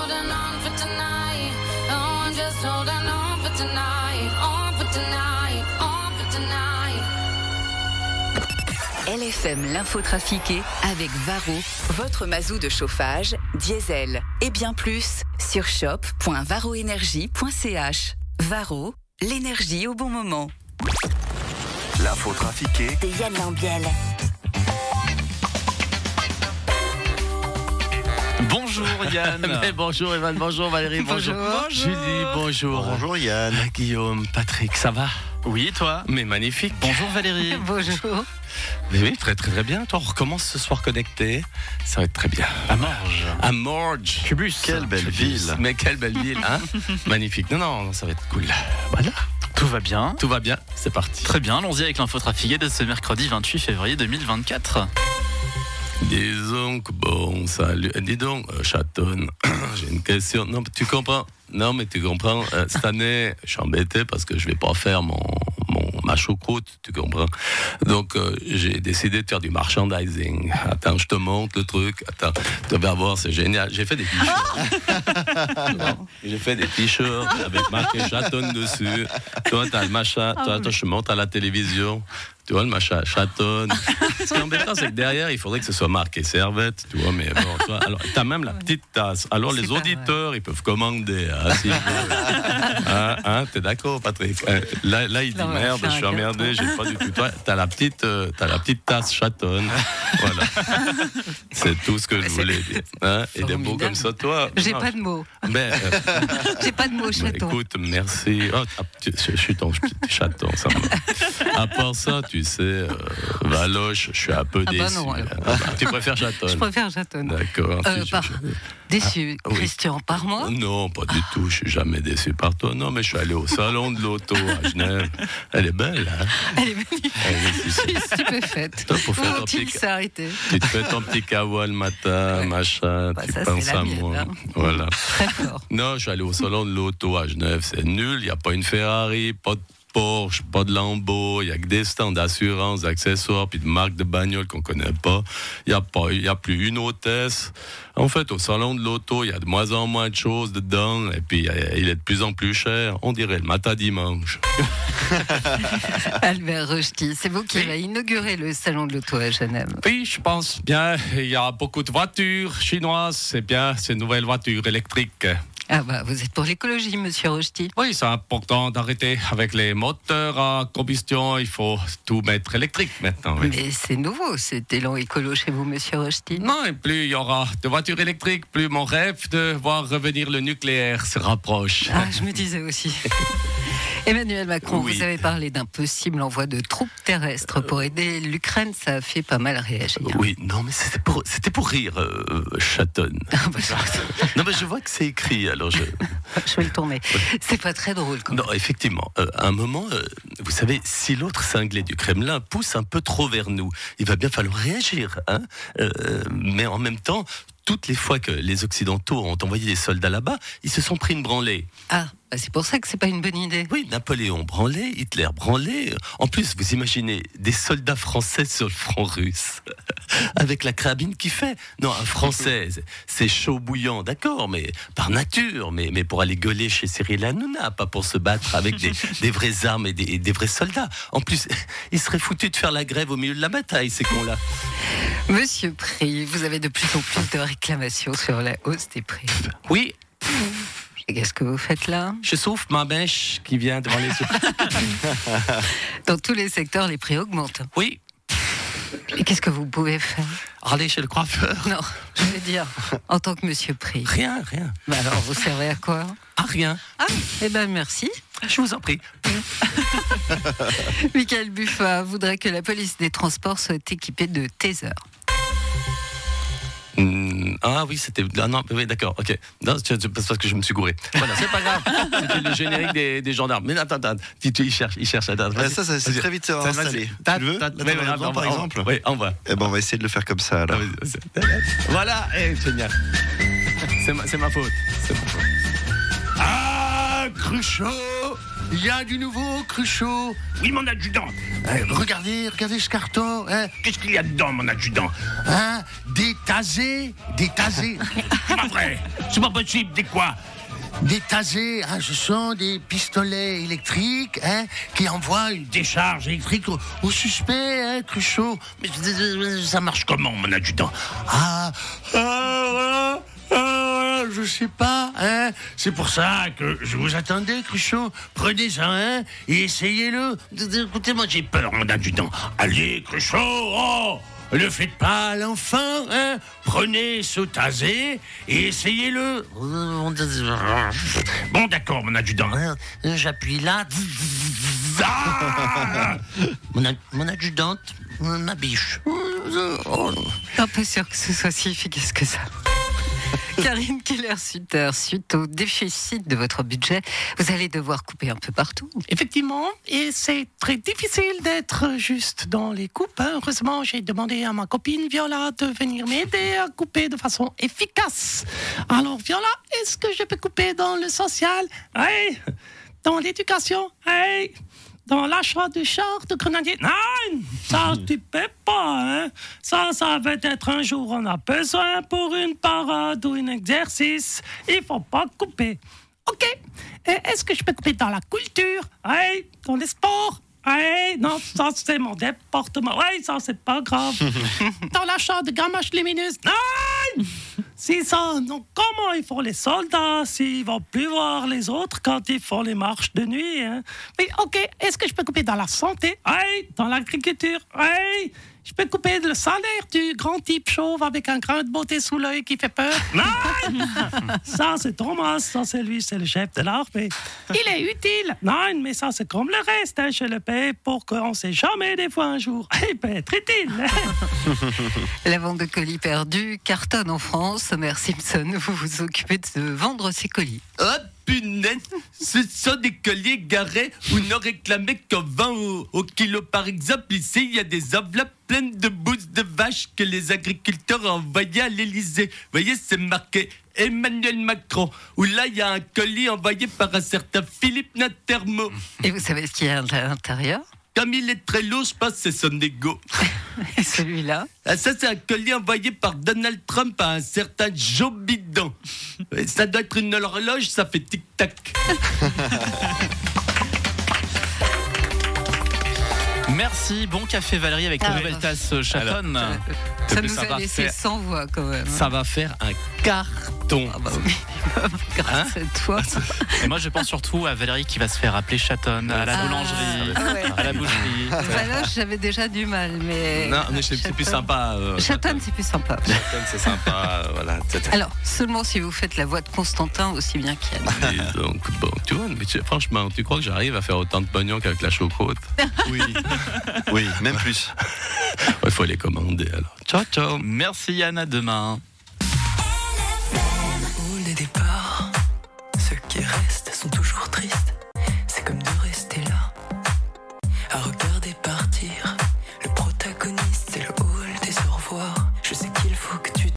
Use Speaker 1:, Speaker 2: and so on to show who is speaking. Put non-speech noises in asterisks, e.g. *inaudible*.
Speaker 1: Oh, sold out on for tonight, on for tonight, on for tonight.
Speaker 2: LFM l'info trafiquée avec Varro, votre mazou de chauffage, diesel et bien plus sur shop.varroénergie.ch. Varro, l'énergie au bon moment.
Speaker 3: L'info trafiquée
Speaker 4: de Yann Lambiel.
Speaker 5: Bonjour
Speaker 6: *laughs*
Speaker 7: *laughs*
Speaker 5: Yann.
Speaker 6: Mais Eh, bonjour Evan, bonjour Valérie, bonjour.
Speaker 5: Bonjour.
Speaker 6: Julie, bonjour. Euh,
Speaker 3: Bonjour Yann.
Speaker 6: Guillaume, Patrick, ça va
Speaker 5: Oui, toi
Speaker 6: Mais magnifique.
Speaker 5: Bonjour Valérie.
Speaker 7: *laughs* Bonjour.
Speaker 6: Mais oui, très très très bien. Toi, on recommence ce soir connecté. Ça va être très bien.
Speaker 5: À Morges.
Speaker 6: À Morges.
Speaker 5: Cubus.
Speaker 3: Quelle belle ville.
Speaker 6: Mais quelle belle ville, hein *laughs* Magnifique. Non, non, non, ça va être cool.
Speaker 5: Voilà. Tout va bien.
Speaker 6: Tout va bien, c'est parti.
Speaker 5: Très bien, allons-y avec l'info trafiquée de ce mercredi 28 février 2024.
Speaker 6: Dis donc, bon, salut. Dis donc, euh, chatonne, *coughs* j'ai une question. Non, mais tu comprends Non, mais tu comprends euh, Cette année, je suis embêté parce que je vais pas faire mon, mon ma choucroute, tu comprends Donc, euh, j'ai décidé de faire du merchandising. Attends, je te montre le truc. Attends, tu vas voir, c'est génial. J'ai fait des t-shirts. Non, j'ai fait des t-shirts avec marqué chatonne dessus. Toi, t'as le machin.
Speaker 7: Ah
Speaker 6: Toi, toi, je monte à la télévision. Tu vois, le machin
Speaker 7: *laughs*
Speaker 6: chatonne. Ce qui est embêtant, c'est que derrière, il faudrait que ce soit marqué servette, tu vois, mais bon, tu vois, alors, t'as même la petite tasse. Alors,
Speaker 7: C'est
Speaker 6: les
Speaker 7: pas
Speaker 6: auditeurs, ils peuvent commander, hein,
Speaker 7: *laughs*
Speaker 6: s'ils veulent. Hein, hein, t'es d'accord, Patrick Euh, là, là, il dit
Speaker 7: Non, mais on
Speaker 6: merde,
Speaker 7: fait
Speaker 6: je suis
Speaker 7: un
Speaker 6: emmerdé, j'ai pas du tout. Toi, T'as la petite, euh, t'as la petite tasse
Speaker 7: *laughs*
Speaker 6: chatonne. Voilà. C'est tout ce que je voulais dire. Hein, et des mots
Speaker 7: Formidable.
Speaker 6: comme ça, toi.
Speaker 7: J'ai
Speaker 6: non,
Speaker 7: pas de mots.
Speaker 6: ben, euh,
Speaker 7: J'ai pas de mots,
Speaker 6: *laughs* bah,
Speaker 7: chaton.
Speaker 6: écoute, merci. Oh, ah, tu- je, je suis ton
Speaker 7: *laughs*
Speaker 6: petit chaton, ça me- À part ça, tu sais, euh, Valoche, je suis un peu
Speaker 7: Ah bah
Speaker 6: déçu.
Speaker 7: non, alors.
Speaker 6: Ah bah, tu préfères chaton
Speaker 7: *laughs* Je préfère chaton.
Speaker 6: D'accord.
Speaker 7: Euh,
Speaker 6: Tu- tu-
Speaker 7: par- Déçu,
Speaker 6: Ah, oui.
Speaker 7: Christian, par moi.
Speaker 6: Non, pas du tout. Je suis jamais déçu par toi. Non, mais je suis allé au salon de l'auto à Genève. Elle est belle, hein
Speaker 7: Elle est magnifique.
Speaker 6: Elle est ici.
Speaker 7: Je suis stupéfaite.
Speaker 6: Toi, pour
Speaker 7: Où
Speaker 6: faire un
Speaker 7: ont-ils
Speaker 6: pic-
Speaker 7: s'arrêter
Speaker 6: Tu te fais ton petit kawa le matin, machin.
Speaker 7: Bah,
Speaker 6: tu
Speaker 7: ça, c'est
Speaker 6: penses
Speaker 7: la
Speaker 6: à
Speaker 7: mienne,
Speaker 6: moi.
Speaker 7: hein.
Speaker 6: Voilà.
Speaker 7: Très fort.
Speaker 6: Non, je suis allé au salon de l'auto à Genève, c'est nul. Il n'y a pas une Ferrari, pas de Porsche, pas de Lambo. Il n'y a que des stands d'assurance, d'accessoires, puis de marques de bagnoles qu'on ne connaît pas. Il n'y a, pas- il y a plus une hôtesse. En fait, au salon de l'auto, il y a de moins en moins de choses dedans. Et puis, euh, il est de plus en plus cher. On dirait le matin dimanche.
Speaker 7: Albert Rochety, c'est vous qui avez inauguré le salon de l'auto à Genève.
Speaker 6: Oui, je pense bien. Il y a beaucoup de voitures chinoises. C'est bien ces nouvelles voitures électriques.
Speaker 7: Ah bah, vous êtes pour l'écologie, monsieur Rochety.
Speaker 6: Oui, c'est important d'arrêter avec les moteurs à combustion. Il faut tout mettre électrique maintenant. oui.
Speaker 7: Mais c'est nouveau, cet élan écolo chez vous, monsieur Rochety.
Speaker 6: Non, et plus il y aura de voitures électriques, plus mon rêve de voir revenir le nucléaire se rapproche.
Speaker 7: Ah, je me disais aussi. Emmanuel Macron,
Speaker 6: Oui.
Speaker 7: vous avez parlé d'un possible envoi de troupes terrestres pour aider l'Ukraine. Ça a fait pas mal réagir.
Speaker 6: Oui, non, mais c'était pour, c'était pour rire, euh, chatonne.
Speaker 7: Ah bah, je-
Speaker 6: Non, mais je vois que c'est écrit, alors je...
Speaker 7: je vais le tourner. C'est pas très drôle quand même.
Speaker 6: Non, effectivement. euh, à un moment, euh, vous savez, si l'autre cinglé du Kremlin pousse un peu trop vers nous, il va bien falloir réagir. Hein Euh, mais en même temps, toutes les fois que les Occidentaux ont envoyé des soldats là-bas, ils se sont pris une branlée.
Speaker 7: Ah, bah, c'est pour ça que c'est pas une bonne idée.
Speaker 6: Oui, Napoléon branlé, Hitler branlé. En plus, vous imaginez des soldats français sur le front russe, *laughs* avec la carabine qui fait. Non, un français, c'est chaud bouillant, d'accord, mais par nature, mais, mais pour aller gueuler chez Cyril Hanouna, pas pour se battre avec *laughs* des, des vraies armes et des, et des vrais soldats. En plus, *laughs* il serait foutu de faire la grève au milieu de la bataille, ces cons-là.
Speaker 7: Monsieur Prix, vous avez de plus en plus de réclamations sur la hausse des prix.
Speaker 6: Oui,
Speaker 7: Et Qu'est-ce que vous faites là
Speaker 6: je souffle ma mèche qui vient devant les yeux.
Speaker 7: Dans tous les secteurs, les prix augmentent.
Speaker 6: *laughs* Oui,
Speaker 7: Et qu'est-ce que vous pouvez faire
Speaker 6: allez chez le coiffeur.
Speaker 7: Non, je veux dire, en tant que monsieur Prix,
Speaker 6: Rien, rien.
Speaker 7: bah alors vous servez à quoi
Speaker 6: Ah, rien.
Speaker 7: Ah, eh ben merci.
Speaker 6: Je vous en prie.
Speaker 7: Michael Buffa voudrait que la police des transports soit équipée de tasers.
Speaker 6: Hmm, ah oui, c'était. Ah non, oui, d'accord, ok. Non, c'est c'est parce que je me suis gouré. Voilà, c'est pas *laughs* grave. C'était le générique des, des gendarmes. Mais attends, attends. Tu, tu, il cherche, il cherche. Attends,
Speaker 3: Ouais, ça, ça, c'est
Speaker 6: vas-y.
Speaker 3: très vite
Speaker 6: Ça, vas-y.
Speaker 3: installé.
Speaker 6: Tac,
Speaker 3: Tu le veux
Speaker 6: tac,
Speaker 3: Là,
Speaker 6: ouais,
Speaker 3: t'en as
Speaker 6: ouais,
Speaker 3: besoin,
Speaker 6: on
Speaker 3: par
Speaker 6: va-
Speaker 3: exemple
Speaker 6: Oui, on va.
Speaker 3: Eh ben, on va essayer de le faire comme ça. alors.
Speaker 6: *laughs* Voilà, eh, génial. C'est ma, c'est ma faute. C'est ma faute. Ah, Cruchot Il y a du nouveau, Cruchot
Speaker 8: Oui, mon adjudant.
Speaker 6: Eh, Regardez, regardez ce carton. hein.
Speaker 8: Qu'est-ce qu'il y a dedans, mon adjudant
Speaker 6: Hein, des tasés, des tasés.
Speaker 8: C'est pas vrai. C'est pas possible. Des quoi
Speaker 4: des tasers, hein, ce sont des pistolets électriques hein, qui envoient une décharge électrique au, au suspect, hein, Cruchot. Mais ça marche comment, mon adjudant Ah, ah, voilà, ah, voilà, je sais pas. Hein. C'est pour ça que je vous attendais, Cruchot. Prenez-en un et essayez-le. Écoutez, moi j'ai peur, mon adjudant. Allez, Cruchot, oh ne faites pas l'enfant, hein Prenez ce tasé et essayez-le. Bon, d'accord, mon adjudant. J'appuie là. Ah *laughs* mon, ad- mon adjudante, ma biche.
Speaker 7: Pas peu sûr que ce soit si efficace que ça. Karine Keller-Sutter, suite au déficit de votre budget, vous allez devoir couper un peu partout.
Speaker 9: Effectivement, et c'est très difficile d'être juste dans les coupes. hein. Heureusement, j'ai demandé à ma copine Viola de venir m'aider à couper de façon efficace. Alors Viola, est-ce que je peux couper dans le social Oui. Dans l'éducation Oui. Dans l'achat du char de grenadier Non Ça, tu peux pas, hein Ça, ça va être un jour on a besoin pour une parade ou un exercice. Il faut pas couper. Ok. Et Est-ce que je peux couper dans la culture Oui. Dans les sports Oui. Non, ça, c'est mon département. Oui, ça, c'est pas grave. dans l'achat de gamaches lumineuses Non c'est ça. Donc, comment ils font les soldats s'ils vont plus voir les autres quand ils font les marches de nuit hein Mais ok, est-ce que je peux couper dans la santé Oui. Dans l'agriculture Oui. Je peux couper le salaire du grand type chauve avec un grain de beauté sous l'œil qui fait peur Non Ça, c'est Thomas. Ça, c'est lui. C'est le chef de l'armée. Il est utile. Non, mais ça, c'est comme le reste. hein, Je le paye pour qu'on sait jamais des fois un jour. Eh ben, Il peut être utile.
Speaker 7: La vente de colis perdus cartonne en France. Mère Simpson, vous vous occupez de vendre ces colis.
Speaker 10: Oh punaise, ce sont des colliers garés où on réclamait qu'en 20 au, au kilo. Par exemple, ici, il y a des enveloppes pleines de bouses de vache que les agriculteurs envoyaient à l'Élysée. voyez, c'est marqué Emmanuel Macron. Où là, il y a un colis envoyé par un certain Philippe Natermo.
Speaker 7: Et vous savez ce qu'il y a à l'intérieur
Speaker 10: Comme il est très lourd, je pense que c'est son ego.
Speaker 7: Et celui-là
Speaker 10: Ah, ça, c'est un collier envoyé par Donald Trump à un certain Joe Biden. Et Ça doit être une horloge, ça fait tic-tac.
Speaker 5: Merci, bon café Valérie avec
Speaker 7: Ah
Speaker 5: ta
Speaker 7: ouais.
Speaker 5: nouvelle tasse euh, chatonne.
Speaker 7: *laughs* Ça
Speaker 5: mais
Speaker 7: nous
Speaker 5: ça
Speaker 7: a
Speaker 5: va
Speaker 7: laissé
Speaker 5: faire-
Speaker 7: sans voix quand même. hein.
Speaker 5: Ça va faire un carton.
Speaker 7: Ah bah oui, grâce à toi.
Speaker 5: Et moi je pense surtout à Valérie qui va se faire appeler chatonne à la
Speaker 7: Ah.
Speaker 5: boulangerie,
Speaker 7: Ah ouais.
Speaker 5: à la
Speaker 7: *laughs*
Speaker 5: boucherie.
Speaker 7: Valoche, j'avais déjà du mal, mais.
Speaker 6: Non, mais c'est c'est plus
Speaker 7: Chatonne-
Speaker 6: sympa. euh,
Speaker 7: Chatonne, c'est plus sympa.
Speaker 6: Chatonne, c'est sympa. euh,
Speaker 10: *laughs*
Speaker 6: Voilà. etc.
Speaker 7: Alors, seulement si vous faites la voix de Constantin aussi bien qu'Yann.
Speaker 6: Et donc, bon, tu vois, mais tu- franchement, tu crois que j'arrive à faire autant de pognon qu'avec la choucroute
Speaker 10: *laughs*
Speaker 3: Oui. oui, même plus.
Speaker 6: Il faut les commander alors.
Speaker 5: Ciao ciao. Merci Yann, à demain.
Speaker 9: Au départ.